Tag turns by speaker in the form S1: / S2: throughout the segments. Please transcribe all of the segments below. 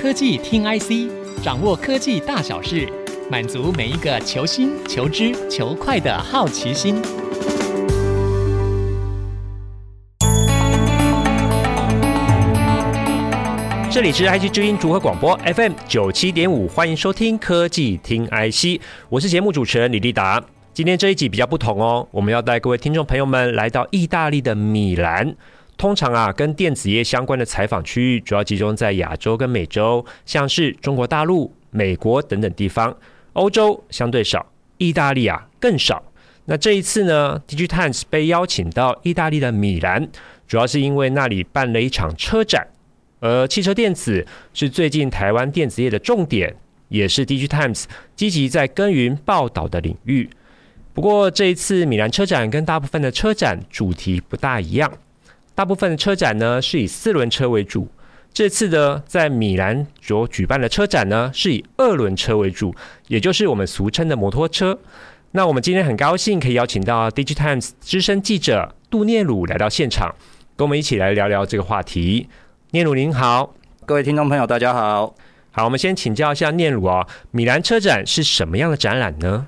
S1: 科技听 IC，掌握科技大小事，满足每一个求新、求知、求快的好奇心。
S2: 这里是 IC 之音组合广播 FM 九七点五，欢迎收听科技听 IC，我是节目主持人李立达。今天这一集比较不同哦，我们要带各位听众朋友们来到意大利的米兰。通常啊，跟电子业相关的采访区域主要集中在亚洲跟美洲，像是中国大陆、美国等等地方。欧洲相对少，意大利啊更少。那这一次呢，DigiTimes 被邀请到意大利的米兰，主要是因为那里办了一场车展。而汽车电子是最近台湾电子业的重点，也是 DigiTimes 积极在耕耘报道的领域。不过这一次米兰车展跟大部分的车展主题不大一样，大部分的车展呢是以四轮车为主，这次呢在米兰所举办的车展呢是以二轮车为主，也就是我们俗称的摩托车。那我们今天很高兴可以邀请到 DigiTimes 资深记者杜念鲁来到现场，跟我们一起来聊聊这个话题。念鲁您好，
S3: 各位听众朋友，大家好。
S2: 好，我们先请教一下念鲁啊、哦，米兰车展是什么样的展览呢？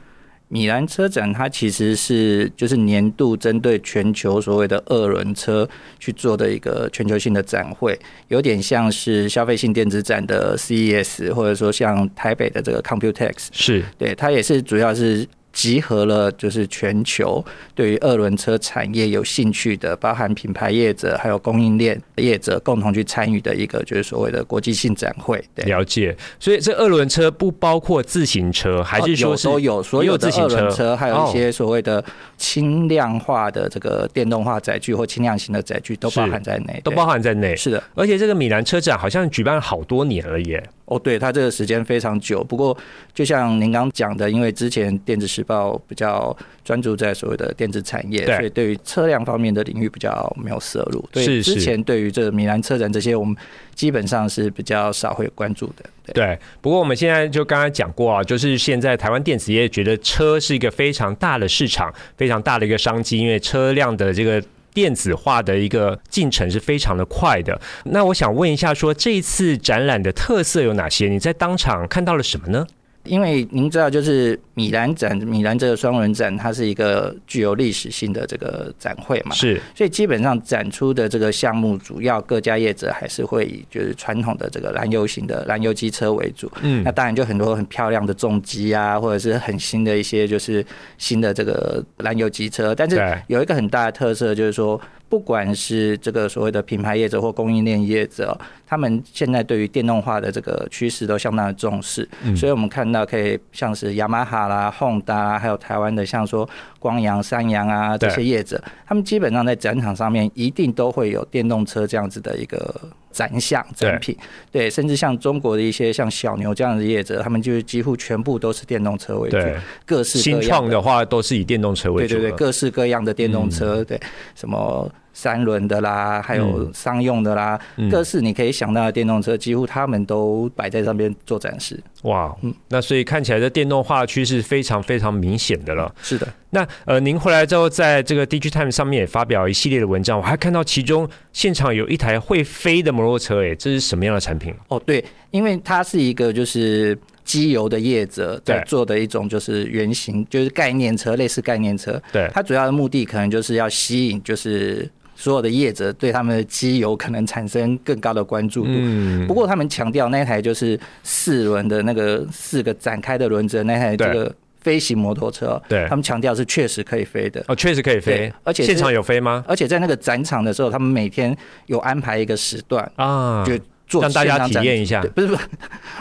S3: 米兰车展它其实是就是年度针对全球所谓的二轮车去做的一个全球性的展会，有点像是消费性电子展的 CES，或者说像台北的这个 Computex，
S2: 是
S3: 对它也是主要是集合了就是全球对于二轮车产业有兴趣的，包含品牌业者还有供应链业者共同去参与的一个就是所谓的国际性展会。对，
S2: 了解，所以这二轮车不包括自行车，还是说
S3: 哦有
S2: 是、
S3: 都有所有的
S2: 哦也有自行
S3: 二
S2: 车
S3: 轮
S2: 哦
S3: 车，还有一些所谓的轻量化的这个电动化载具或轻量型的载具都包含在内，
S2: 都
S3: 对
S2: 包含在内？
S3: 是的，
S2: 而且这个米兰车展好像举办了好多年了耶，
S3: 哦，对，它这个时间非常久。不过，就像您刚讲的，因为之前电子时报比较专注在所谓的电子产业，
S2: 对
S3: 所以对于车辆方面的领域比较没有涉入。对，
S2: 是是
S3: 之前对于这个米兰车展这些，我们基本上是比较少会关注的。对，
S2: 对，不过我们现在就刚刚讲过啊，就是现在台湾电子业觉得车是一个非常大的市场，非常大的一个商机，因为车辆的这个。电子化的一个进程是非常的快的。那我想问一下说这一次展览的特色有哪些？你在当场看到了什么呢？
S3: 因为您知道，就是米兰展，米兰这个双人展，它是一个具有历史性的这个展会嘛，
S2: 是
S3: 所以基本上展出的这个项目，主要各家业者还是会以就是传统的这个燃油型的燃油机车为主。
S2: 嗯
S3: 那当然就很多很漂亮的重机啊，或者是很新的一些就是新的这个燃油机车。但是
S2: 对
S3: 有一个很大的特色就是说，不管是这个所谓的品牌业者或供应链业者，他们现在对于电动化的这个趋势都相当的重视。
S2: 嗯
S3: 所以我们看到可以像是雅马哈啦、Honda 啦，还有台湾的像说光阳、三洋啊这
S2: 对
S3: 些业者，他们基本上在展场上面一定都会有电动车这样子的一个展项展品，对，甚至像中国的一些像小牛这样的业者，他们就是几乎全部都是电动车为主
S2: 对，
S3: 各式
S2: 新
S3: 各样
S2: 创
S3: 的，
S2: 的话都是以电动车为
S3: 对
S2: 主嗯
S3: 对
S2: 了
S3: 对，各式各样的电动车，对，什么三轮的啦，还有商用的啦，
S2: 嗯
S3: 各式你可以想到的电动车，几乎他们都摆在上面做展示，
S2: 哇，那所以看起来这电动化趋势非常非常明显的了。
S3: 是的。
S2: 那呃，您回来之后，在这个 DigiTime 上面也发表一系列的文章，我还看到其中现场有一台会飞的摩托车，哎，这是什么样的产品？
S3: 哦，对，因为它是一个就是机油的业者在
S2: 对
S3: 做的一种就是原型，就是概念车，类似概念车。
S2: 对
S3: 它主要的目的可能就是要吸引就是所有的业者对他们的机油可能产生更高的关注度。
S2: 嗯
S3: 不过他们强调那台就是四轮的那个四个展开的轮子的那台这
S2: 对
S3: 个飞行摩托车，哦
S2: 对
S3: 他们强调是确实可以飞的。
S2: 哦，确实可以飞
S3: 对，而且是
S2: 现场有飞吗？
S3: 而且在那个展场的时候，他们每天有安排一个时段，
S2: 啊，
S3: 就做
S2: 让大
S3: 现
S2: 家
S3: 场
S2: 体
S3: 展
S2: 验一下
S3: 对，不是不是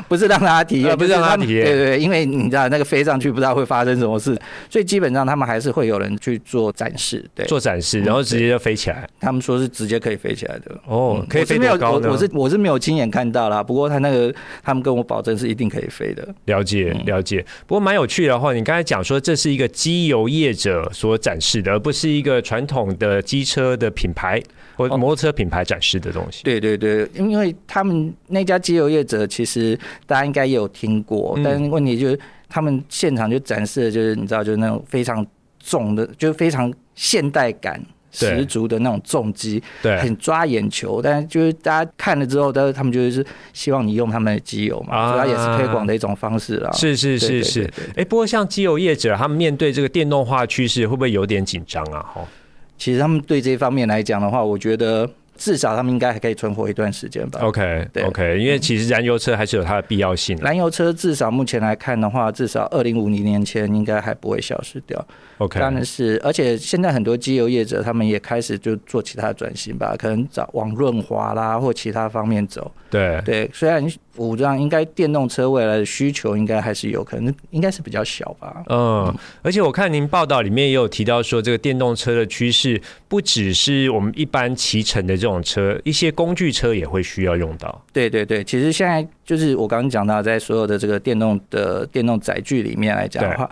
S3: 不是让大家体验，
S2: 啊呃不是
S3: 就
S2: 让大家
S3: 他们
S2: 体验
S3: 对对，对因为你知道那个飞上去不知道会发生什么事，所以基本上他们还是会有人去做展示。嗯对，
S2: 做展示，然后直接就飞起来。
S3: 他们说是直接可以飞起来的。
S2: 哦
S3: 嗯，
S2: 可以
S3: 我是
S2: 飞
S3: 没有
S2: 多高呢？
S3: 我我是我是没有亲眼看到啦，不过他那个他们跟我保证是一定可以飞的。
S2: 了解
S3: 嗯
S2: 了解，不过蛮有趣的话，你刚才讲说这是一个机油业者所展示的，而不是一个传统的机车的品牌或
S3: 哦
S2: 摩托车品牌展示的东西。
S3: 对对对，因为他们那家机油业者，其实大家应该也有听过，
S2: 嗯
S3: 但是问题就是他们现场就展示的就是你知道，就是那种非常重的，就是非常现代感。
S2: 对
S3: 十足的那种重击，
S2: 对
S3: 很抓眼球。但是就是大家看了之后，但是他们就是希望你用他们的机油嘛，
S2: 啊
S3: 主要也是推广的一种方式啦。
S2: 是是
S3: 啊对
S2: 是
S3: 对
S2: 是
S3: 对对，
S2: 哎，不过像机油业者，他们面对这个电动化趋势，会不会有点紧张啊？哈，
S3: 其实他们对这一方面来讲的话，我觉得至少他们应该还可以存活一段时间吧。
S2: OK
S3: 对
S2: OK，因为其实燃油车还是有它的必要性啊的。
S3: 燃油车至少目前来看的话，至少二零五零年前应该还不会消失掉。
S2: OK，
S3: 嗯当然是，而且现在很多机油业者他们也开始就做其他的转型吧，可能找往润滑啦或其他方面走。
S2: 对
S3: 对，虽然我这样应该电动车未来的需求应该还是有，可能应该是比较小吧。
S2: 嗯，而且我看您报道里面也有提到说，这个电动车的趋势不只是我们一般骑乘的这种车，一些工具车也会需要用到。
S3: 对对对，其实现在就是我刚刚讲到，在所有的这个电动的电动载具里面来讲的话。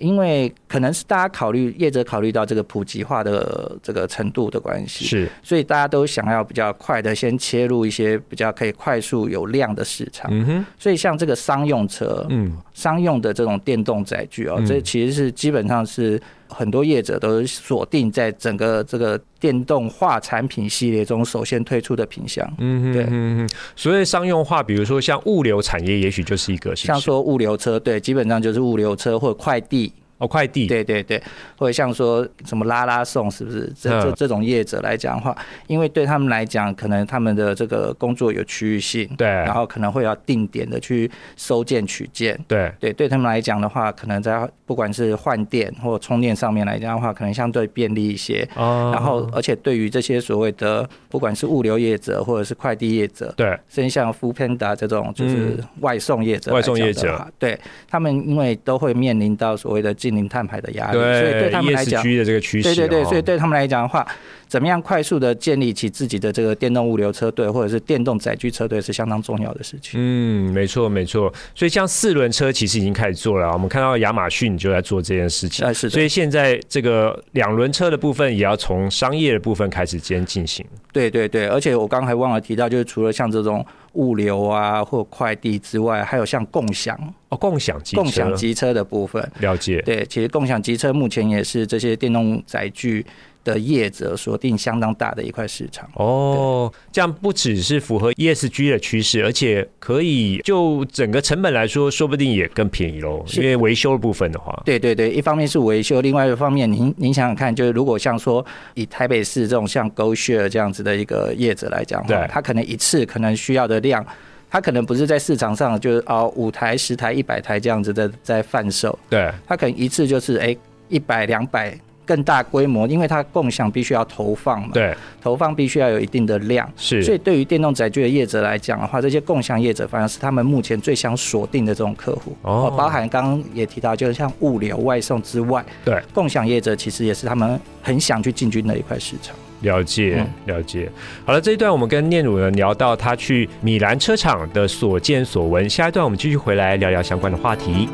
S3: 因为可能是大家考虑业者考虑到这个普及化的这个程度的关系，
S2: 是，
S3: 所以大家都想要比较快的先切入一些比较可以快速有量的市场。
S2: 嗯哼，
S3: 所以像这个商用车、
S2: 嗯，
S3: 商用的这种电动载具哦
S2: 嗯，
S3: 这其实是基本上是很多业者都锁定在整个这个电动化产品系列中首先推出的品项。
S2: 嗯哼，
S3: 对
S2: 嗯哼，所以商用化，比如说像物流产业，也许就是一个，是不
S3: 像
S2: 是
S3: 说物流车，对，基本上就是物流车或快递，
S2: 哦，快递，
S3: 对对对，或者像说什么拉拉送，是不是？这这
S2: 嗯
S3: 这种业者来讲的话，因为对他们来讲，可能他们的这个工作有区域性，
S2: 对
S3: 然后可能会要定点的去收件取件。
S2: 对
S3: 对，对他们来讲的话，可能在不管是换电或充电上面来讲的话，可能相对便利一些。
S2: 啊
S3: 然后，而且对于这些所谓的不管是物流业者或者是快递业者，
S2: 对
S3: 甚至像 f o o Panda 这种就是外送业者
S2: 嗯
S3: 来讲的
S2: 外送
S3: 话、
S2: 业者
S3: 对他们因为都会面临到所谓的近零碳排的压力，所以对
S2: 对
S3: 他们来讲，
S2: ，ESG 的这个趋势
S3: 对
S2: 哦，
S3: 对对，所以对他们来讲的话，怎么样快速的建立起自己的这个电动物流车队或者是电动载具车队是相当重要的事情。
S2: 嗯，没错没错，所以像四轮车其实已经开始做了啊，我们看到亚马逊就在做这件事情，
S3: 呃是的
S2: 所以现在这个两轮车的部分也要从商业的部分开始先进行。
S3: 对对对，而且我刚才忘了提到，就是除了像这种物流啊或快递之外，还有像共享、
S2: 哦，共享机车，
S3: 共享机车的部分。
S2: 了解，
S3: 对，其实共享机车目前也是这些电动载具的业者锁定相当大的一块市场。
S2: 哦，这样不只是符合 ESG 的趋势，而且可以就整个成本来说，说不定也更便宜喽。
S3: 是
S2: 因为维修的部分的话，
S3: 对对对，一方面是维修，另外一方面，您您想想看，就是如果像说以台北市这种像 GoShare 这样子的一个业者来讲的话，
S2: 对
S3: 他可能一次可能需要的量，他可能不是在市场上就是哦五台、十台、一百台这样子的在贩售，
S2: 对
S3: 他可能一次就是哎一百、两百更大规模，因为它共享必须要投放嘛，
S2: 对
S3: 投放必须要有一定的量。
S2: 是，
S3: 所以对于电动载具的业者来讲的话，这些共享业者反而是他们目前最想锁定的这种客户。
S2: 哦
S3: 包含刚刚也提到，就是像物流外送之外，
S2: 对
S3: 共享业者其实也是他们很想去进军的一块市场。
S2: 了解了解。好了，这一段我们跟念鲁呢聊到他去米兰车厂的所见所闻，下一段我们继续回来聊聊相关的话题。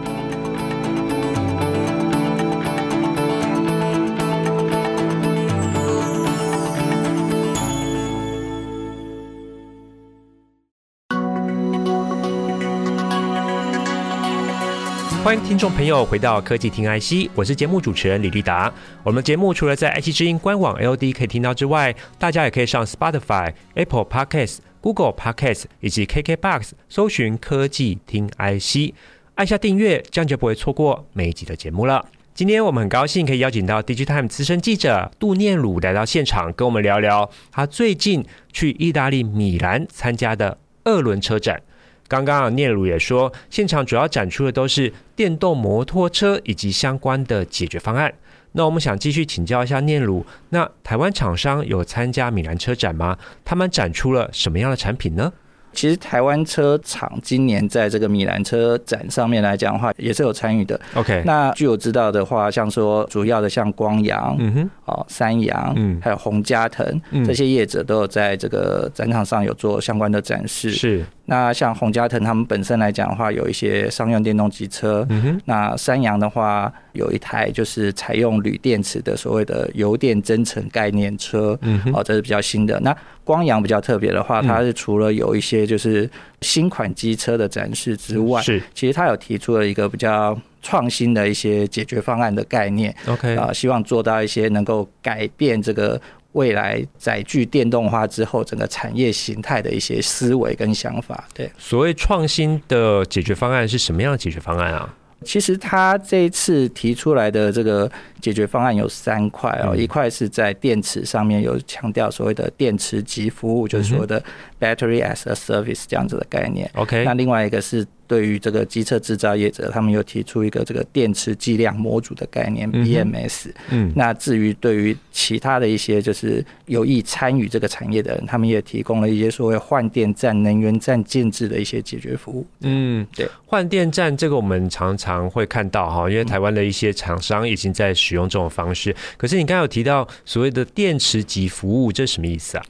S2: 欢迎听众朋友回到科技听 IC，我是节目主持人李立达。我们的节目除了在 IC 之音官网 LD 可以听到之外，大家也可以上 Spotify、Apple Podcasts、Google Podcasts 以及 KKBox 搜寻科技听 IC，按下订阅，这样就不会错过每一集的节目了。今天我们很高兴可以邀请到 DigiTime 资深记者杜念鲁来到现场，跟我们聊聊他最近去意大利米兰参加的二轮车展。刚刚啊，聂鲁也说，现场主要展出的都是电动摩托车以及相关的解决方案。那我们想继续请教一下聂鲁，那台湾厂商有参加米兰车展吗？他们展出了什么样的产品呢？
S3: 其实台湾车厂今年在这个米兰车展上面来讲的话，也是有参与的。
S2: OK，
S3: 那据我知道的话，像说主要的像光阳、
S2: 嗯哼，
S3: 哦三阳，
S2: 嗯
S3: 还有洪家腾
S2: 嗯
S3: 这些业者都有在这个展场上有做相关的展示。
S2: 是
S3: 那像洪家腾他们本身来讲的话，有一些商用电动机车。
S2: 嗯哼，
S3: 那三洋的话，有一台就是采用铝电池的所谓的油电增程概念车。
S2: 嗯哼，
S3: 哦，这是比较新的。那光阳比较特别的话，
S2: 嗯
S3: 它是除了有一些就是新款机车的展示之外，
S2: 是
S3: 其实它有提出了一个比较创新的一些解决方案的概念。
S2: OK，
S3: 啊、希望做到一些能够改变这个未来载具电动化之后整个产业形态的一些思维跟想法。对，
S2: 所谓创新的解决方案是什么样的解决方案啊？
S3: 其实他这一次提出来的这个解决方案有三块哦，
S2: 嗯
S3: 一块是在电池上面有强调所谓的电池级服务，就是所谓的 battery as a service 这样子的概念。
S2: OK，
S3: 那另外一个是对于这个机车制造业者，他们又提出一个这个电池计量模组的概念
S2: 嗯哼
S3: BMS。
S2: 嗯
S3: 那至于对于其他的一些就是有意参与这个产业的人，他们也提供了一些所谓换电站、能源站建制的一些解决服务。
S2: 嗯，
S3: 对，
S2: 换电站这个我们常常会看到哈，因为台湾的一些厂商已经在使用这种方式。可是你刚刚有提到所谓的电池级服务，这是什么意思啊？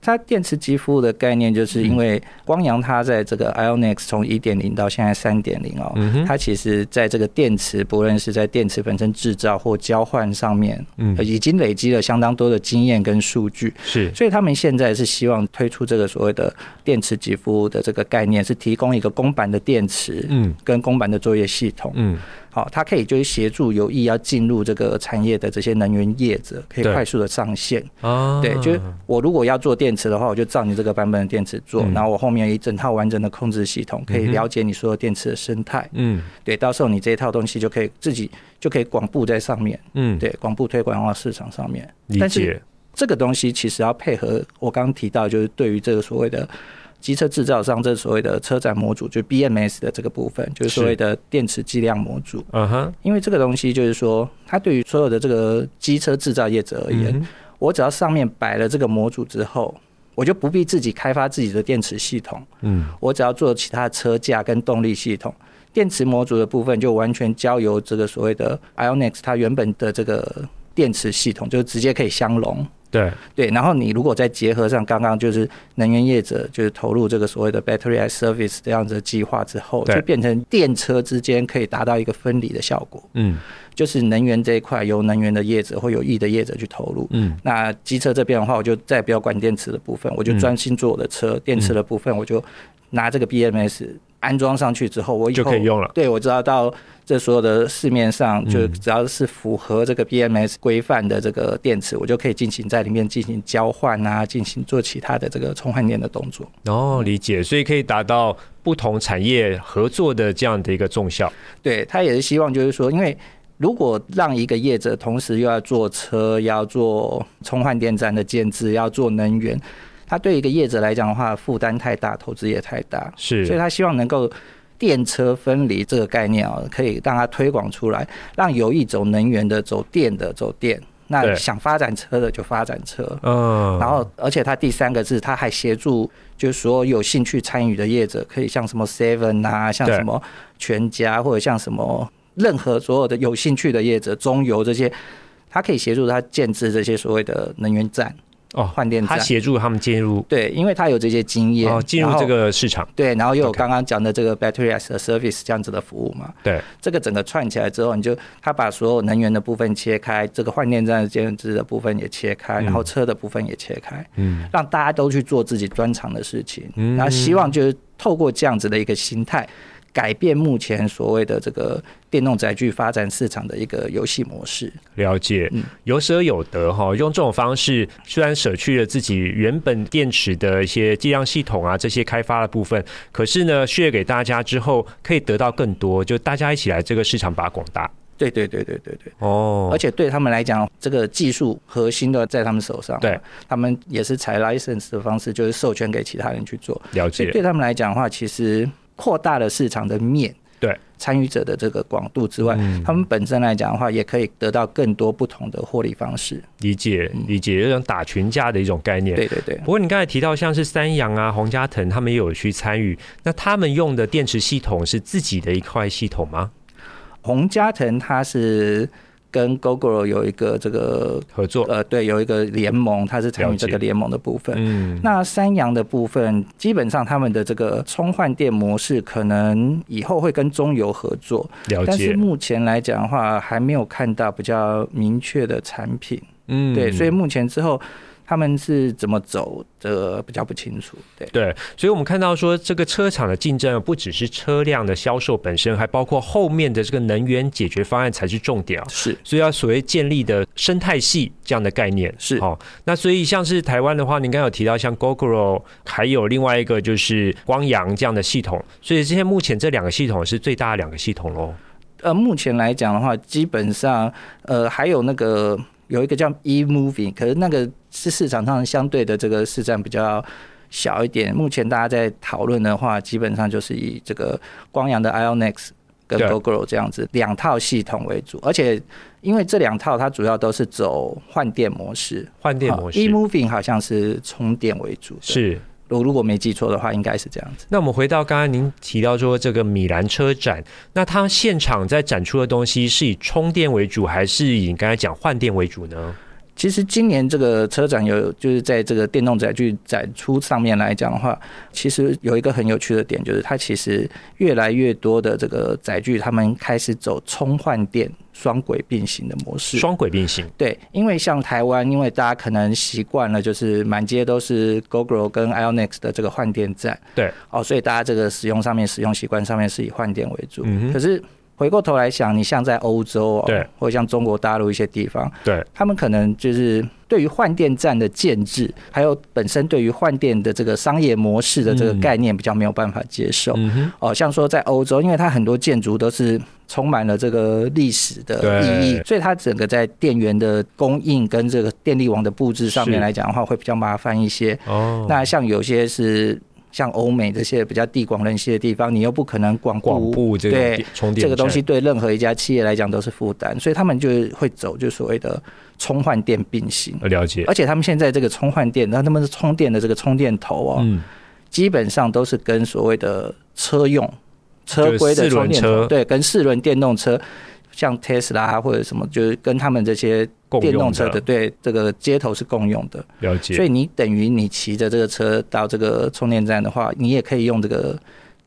S3: 它电池级服务的概念，就是
S2: 嗯
S3: 因为光阳它在这个 Ionix 从一点零到现在三点零哦，
S2: 嗯哼，
S3: 它其实在这个电池，不论是在电池本身制造或交换上面，
S2: 嗯
S3: 呃已经累积了相当多的经验跟数据。
S2: 是
S3: 所以他们现在是希望推出这个所谓的电池级服务的这个概念，是提供一个公版的电池，
S2: 嗯
S3: 跟公版的作业系统，
S2: 嗯
S3: 好、它可以就是协助有意要进入这个产业的这些能源业者，可以
S2: 对
S3: 快速的上线。
S2: 啊，
S3: 对，就是我如果要做电池的话，我就照你这个版本的电池做，
S2: 嗯
S3: 然后我后面有一整套完整的控制系统，可
S2: 嗯
S3: 以
S2: 哼
S3: 了解你所有电池的生态。
S2: 嗯
S3: 对，到时候你这一套东西就可以自己就可以广布在上面，
S2: 嗯，
S3: 对，广布推广到市场上面。
S2: 理
S3: 但是
S2: 解，
S3: 这个东西其实要配合我刚刚提到，就是对于这个所谓的机车制造商，这所谓的车载模组，就是 BMS 的这个部分，就是所谓的电池计量模组。
S2: 嗯哼，
S3: 因为这个东西就是说，它对于所有的这个机车制造业者而言，
S2: 嗯哼
S3: 我只要上面摆了这个模组之后，我就不必自己开发自己的电池系统，
S2: 嗯
S3: 我只要做其他车架跟动力系统。电池模组的部分就完全交由这个所谓的 Ionix 它原本的这个电池系统，就直接可以相容。
S2: 对，
S3: 对，然后你如果再结合上刚刚就是能源业者就是投入这个所谓的 battery as service 这样子的计划之后，
S2: 对
S3: 就变成电车之间可以达到一个分离的效果，
S2: 嗯
S3: 就是能源这一块由能源的业者或有意的业者去投入。
S2: 嗯
S3: 那机车这边的话，我就再不要管电池的部分，我就
S2: 嗯
S3: 专心做我的车。电池的部分，我就拿这个 BMS 安装上去之后，我以
S2: 就
S3: 后
S2: 可以用了
S3: 对，我知道到这所有的市面上，
S2: 嗯
S3: 就只要是符合这个 BMS 规范的这个电池，我就可以进行在里面进行交换啊，进行做其他的这个充换电的动作。
S2: 哦，理解，所以可以达到不同产业合作的这样的一个纵效。
S3: 对他也是希望，就是说，因为如果让一个业者同时又要做车，又要做充换电站的建制，要做能源，他对一个业者来讲的话，负担太大，投资也太大，
S2: 是，
S3: 所以他希望能够。电车分离这个概念啊、可以让它推广出来，让有意走能源的、走电的走电，那
S2: 对
S3: 想发展车的就发展车。
S2: 嗯，
S3: 然后，而且它第三个是，它还协助就是所有有兴趣参与的业者，可以像什么 Seven 啊，像
S2: 对
S3: 什么全家，或者像什么任何所有的有兴趣的业者，中油这些，它可以协助他建制这些所谓的能源站、
S2: 哦，
S3: 换电
S2: 他
S3: 站。
S2: 协助他们进入
S3: 对，因为它有这些经验，
S2: 哦，进入
S3: 然后
S2: 这个市场，
S3: 对，然后又有
S2: OK
S3: 刚刚讲的这个 battery as a service 这样子的服务嘛，
S2: 对，
S3: 这个整个串起来之后，你就它把所有能源的部分切开，这个换电站的建制的部分也切开，然后车的部分也切开，
S2: 嗯，
S3: 让大家都去做自己专长的事情，
S2: 嗯
S3: 然后希望就是透过这样子的一个心态，改变目前所谓的这个电动载具发展市场的一个游戏模式。
S2: 了解，
S3: 嗯
S2: 有舍有得哈、用这种方式虽然舍去了自己原本电池的一些计量系统啊这些开发的部分，可是呢，share 给大家之后可以得到更多，就大家一起来这个市场把它广大
S3: 对对对对对对，
S2: 哦，
S3: 而且对他们来讲，这个技术核心都在他们手上，
S2: 对，
S3: 他们也是采 license 的方式，就是授权给其他人去做，
S2: 了
S3: 所以
S2: 解，
S3: 对他们来讲的话，其实扩大了市场的面。
S2: 对嗯
S3: 参与者的这个广度之外，他们本身来讲的话，也可以得到更多不同的获利方式。
S2: 理解理解，有一种打群架的一种概念。
S3: 对对对。
S2: 不过你刚才提到像是三洋啊、洪家腾他们也有去参与，那他们用的电池系统是自己的一块系统吗？
S3: 洪家腾他是跟 Google 有一个这个
S2: 合作，
S3: 呃，对，有一个联盟，它是参与这
S2: 了
S3: 个
S2: 解
S3: 联盟的部分。
S2: 嗯，
S3: 那三洋的部分，基本上他们的这个充换电模式，可能以后会跟中油合作，
S2: 了
S3: 但
S2: 解
S3: 是，目前来讲的话，还没有看到比较明确的产品。
S2: 嗯
S3: 对，所以目前之后他们是怎么走，这个比较不清楚。对，
S2: 对，所以我们看到说，这个车厂的竞争不只是车辆的销售本身，还包括后面的这个能源解决方案才是重点啊。
S3: 是
S2: 所以要所谓建立的生态系这样的概念
S3: 是
S2: 好、那所以像是台湾的话，您刚刚有提到像 GoGo，还有另外一个就是光阳这样的系统，所以现在目前这两个系统是最大的两个系统喽。
S3: 呃，目前来讲的话，基本上呃还有那个有一个叫 e moving，可是那个是市场上相对的这个市占比较。小一点，目前大家在讨论的话，基本上就是以这个光阳的 Ionex 跟
S2: 对
S3: GoGo 这样子两套系统为主，而且因为这两套它主要都是走换电模式，
S2: 换电模式、
S3: e moving 好像是充电为主，对
S2: 是。
S3: 我如果没记错的话，应该是这样子。
S2: 那我们回到刚刚您提到说这个米兰车展，那它现场在展出的东西是以充电为主，还是以你刚才讲换电为主呢？
S3: 其实今年这个车展有，就是在这个电动载具展出上面来讲的话，其实有一个很有趣的点，就是它其实越来越多的这个载具，他们开始走充换电双轨并行的模式。
S2: 双轨并行，
S3: 对，因为像台湾，因为大家可能习惯了，就是满街都是 GoGo 跟 Ionex 的这个换电站，
S2: 对，
S3: 哦，所以大家这个使用上面、使用习惯上面是以换电为主。
S2: 嗯哼
S3: 可是回过头来想，你像在欧洲、哦，
S2: 对，
S3: 或者像中国大陆一些地方，
S2: 对，
S3: 他们可能就是对于换电站的建制，还有本身对于换电的这个商业模式的这个
S2: 嗯
S3: 概念比较没有办法接受。
S2: 嗯哼，
S3: 哦，像说在欧洲，因为它很多建筑都是充满了这个历史的意义
S2: 对，
S3: 所以它整个在电源的供应跟这个电力网的布置上
S2: 是
S3: 面来讲的话，会比较麻烦一些。
S2: 哦，
S3: 那像有些是像欧美这些比较地广人稀的地方，你又不可能广
S2: 广布这个
S3: 对
S2: 电充电
S3: 这个东
S2: 站
S3: 西对任何一家企业来讲都是负担，所以他们就会走就所谓的充换电并行。
S2: 呃了解，
S3: 而且他们现在这个充换电，那他们是充电的这个充电头哦，
S2: 嗯，
S3: 基本上都是跟所谓的车用车规
S2: 就是
S3: 的
S2: 四轮
S3: 充电
S2: 车
S3: 头，对，跟四轮电动车，像 Tesla 啊或者什么，就是跟他们这些
S2: 共
S3: 电
S2: 用
S3: 动车的对这个接头是共用的，
S2: 了解，
S3: 所以你等于你骑着这个车到这个充电站的话，你也可以用这个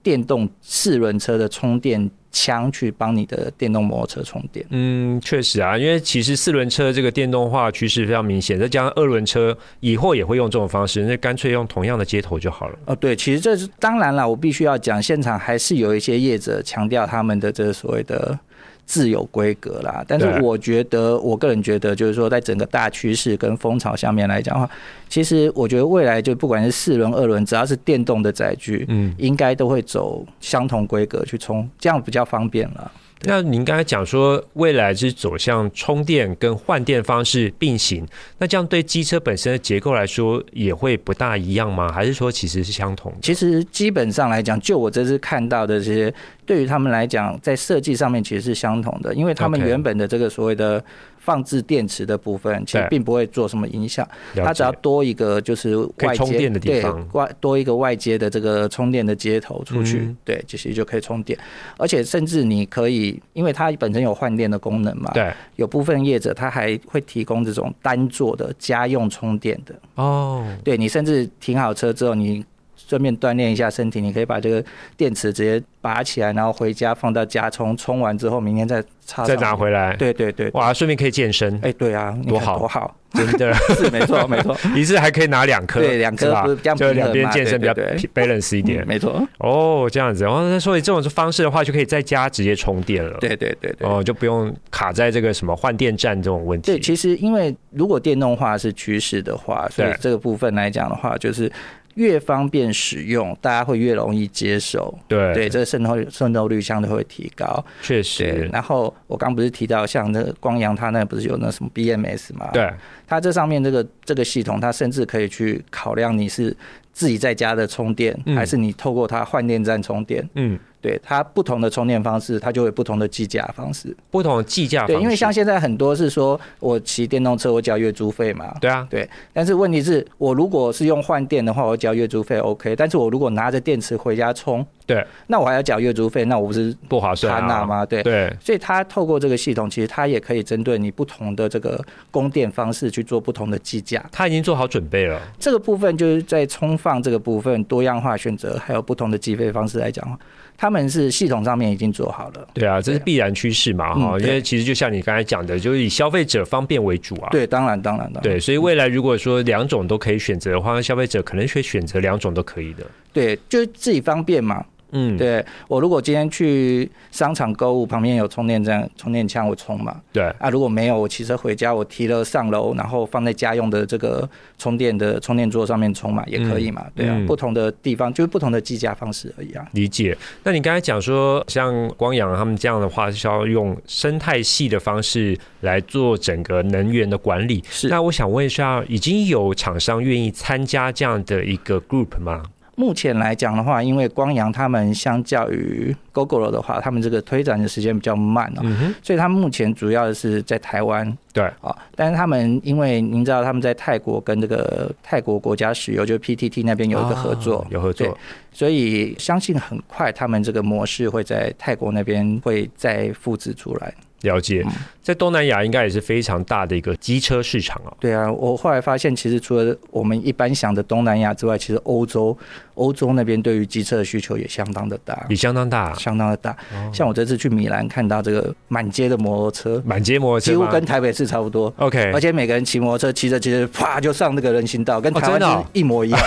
S3: 电动四轮车的充电枪去帮你的电动摩托车充电。
S2: 嗯，确实啊，因为其实四轮车这个电动化趋势非常明显，再加上二轮车以后也会用这种方式，那干脆用同样的接头就好了。
S3: 哦，对，其实这是当然啦，我必须要讲，现场还是有一些业者强调他们的这个所谓的自有规格啦。但是
S2: 对
S3: 我觉得，我个人觉得，就是说，在整个大趋势跟风潮下面来讲的话，其实我觉得未来就不管是四轮、二轮，只要是电动的载具，
S2: 嗯，
S3: 应该都会走相同规格去充，这样比较方便了。
S2: 那您刚才讲说未来是走向充电跟换电方式并行，那这样对机车本身的结构来说也会不大一样吗？还是说其实是相同的？
S3: 其实基本上来讲，就我这次看到的这些，对于他们来讲，在设计上面其实是相同的，因为他们
S2: OK
S3: 原本的这个所谓的放置电池的部分，其实
S2: 对
S3: 并不会做什么影响。它
S2: 了
S3: 只要
S2: 解，
S3: 多一个就是
S2: 可
S3: 外
S2: 以充
S3: 接
S2: 电的地
S3: 对
S2: 方
S3: 外多一个外接的这个充电的接头出去，
S2: 嗯
S3: 对，其实就可以充电。而且甚至你可以，因为它本身有换电的功能嘛，
S2: 对，
S3: 有部分业者它还会提供这种单座的家用充电的。
S2: 哦，
S3: 对你甚至停好车之后，你顺便锻炼一下身体，你可以把这个电池直接拔起来，然后回家放到家充，充完之后明天再插
S2: 再
S3: 上。
S2: 拿回来，，
S3: 对对对，
S2: 哇，顺便可以健身，
S3: 哎、对啊，你
S2: 多
S3: 看
S2: 好
S3: 多好，
S2: 真的，
S3: 是没错没错，
S2: 一次还可以拿两颗，
S3: 对两颗
S2: 是吧
S3: 不是这样
S2: 就两
S3: 平衡
S2: 边
S3: 嘛
S2: 健身比较
S3: 对对
S2: balance 一点
S3: 嗯。没错，
S2: 哦，这样子，哦，那所以这种方式的话，就可以在家直接充电了。，
S3: 对对对对。
S2: 哦，就不用卡在这个什么换电站这种问题。
S3: 对，其实因为如果电动化是趋势的话，所以
S2: 对
S3: 这个部分来讲的话，就是越方便使用，大家会越容易接受，
S2: 对
S3: 对，这个渗透渗透率相对会提高。
S2: 确
S3: 对
S2: 实，，
S3: 然后我刚不是提到像那个光阳，它那不是有那什么 BMS 嘛？
S2: 对，
S3: 它这上面这个这个系统，它甚至可以去考量你是自己在家的充电，
S2: 嗯
S3: 还是你透过它换电站充电。
S2: 嗯，
S3: 对它不同的充电方式，它就有不同的计价方式。
S2: 不同的计价方式，
S3: 对，因为像现在很多是说我骑电动车，我交月租费嘛。
S2: 对啊，
S3: 对，但是问题是我如果是用换电的话，我交月租费 OK，但是我如果拿着电池回家充，
S2: 对，
S3: 那我还要缴月租费，那我不是
S2: 不划算
S3: 他纳
S2: 啊。
S3: 吗？对。
S2: 对，
S3: 所以它透过这个系统，其实它也可以针对你不同的这个供电方式去做不同的计价。
S2: 他已经做好准备了。
S3: 这个部分就是在充放这个部分多样化选择，还有不同的计费方式来讲，他们是系统上面已经做好了。
S2: 对啊，这是必然趋势嘛，哈、
S3: 嗯
S2: 因
S3: 对
S2: 为其实就像你刚才讲的，就是以消费者方便为主啊。
S3: 对，当然，当然，当然，
S2: 对，所以未来如果说两种都可以选择的话，消费者可能会选择两种都可以的。
S3: 对，就是自己方便嘛。
S2: 嗯，
S3: 对我如果今天去商场购物，旁边有充电站、充电枪，我充嘛。
S2: 对
S3: 啊，如果没有，我骑车回家，我提了上楼，然后放在家用的这个充电的充电座上面充嘛，也可以嘛。对啊，
S2: 嗯
S3: 不同的地方就是不同的计价方式而已啊。
S2: 理解。那你刚才讲说，像光阳他们这样的话，是要用生态系的方式来做整个能源的管理。
S3: 是
S2: 那我想问一下，已经有厂商愿意参加这样的一个 group 吗？
S3: 目前来讲的话，因为光阳他们相较于 GoGo 的话，他们这个推展的时间比较慢哦，
S2: 嗯哼，
S3: 所以他们目前主要是在台湾
S2: 对，
S3: 啊、但是他们因为您知道他们在泰国跟这个泰国国家石油就是 PTT 那边有一个合作，
S2: 啊有合作
S3: 对。所以相信很快他们这个模式会在泰国那边会再复制出来。
S2: 了解
S3: 嗯，
S2: 在东南亚应该也是非常大的一个机车市场哦。
S3: 对啊，我后来发现，其实除了我们一般想的东南亚之外，其实欧洲欧洲那边对于机车的需求也相当的大。
S2: 也相当大，
S3: 相当的大，像我这次去米兰看到这个满街的摩托车，
S2: 哦满街摩托车
S3: 几乎
S2: 吗
S3: 跟台北市差不多，
S2: OK，
S3: 而且每个人骑摩托车骑着骑着，啪就上那个人行道，跟
S2: 哦
S3: 台
S2: 真
S3: 湾
S2: 的哦
S3: 是一 模一样。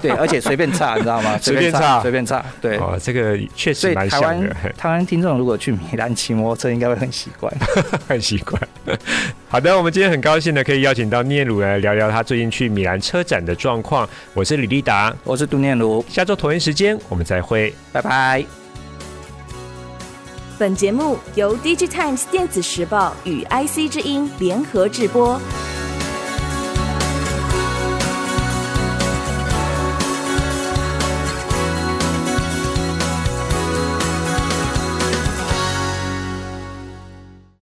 S3: 对，而且随便插，你知道吗？
S2: 随便
S3: 插
S2: 插
S3: 随便插。对，
S2: 哦，这个确
S3: 所
S2: 实
S3: 以
S2: 蛮
S3: 台
S2: 像
S3: 湾
S2: 的，
S3: 台湾听众如果去米兰骑摩托车，应该会很习惯。
S2: 很习惯。好的，我们今天很高兴呢，可以邀请到聂鲁来聊聊他最近去米兰车展的状况。我是李立达，
S3: 我是杜念如，
S2: 下周同一时间我们再会。
S3: 拜拜。
S4: 本节目由 DigiTimes 电子时报与 IC 之音联合制播。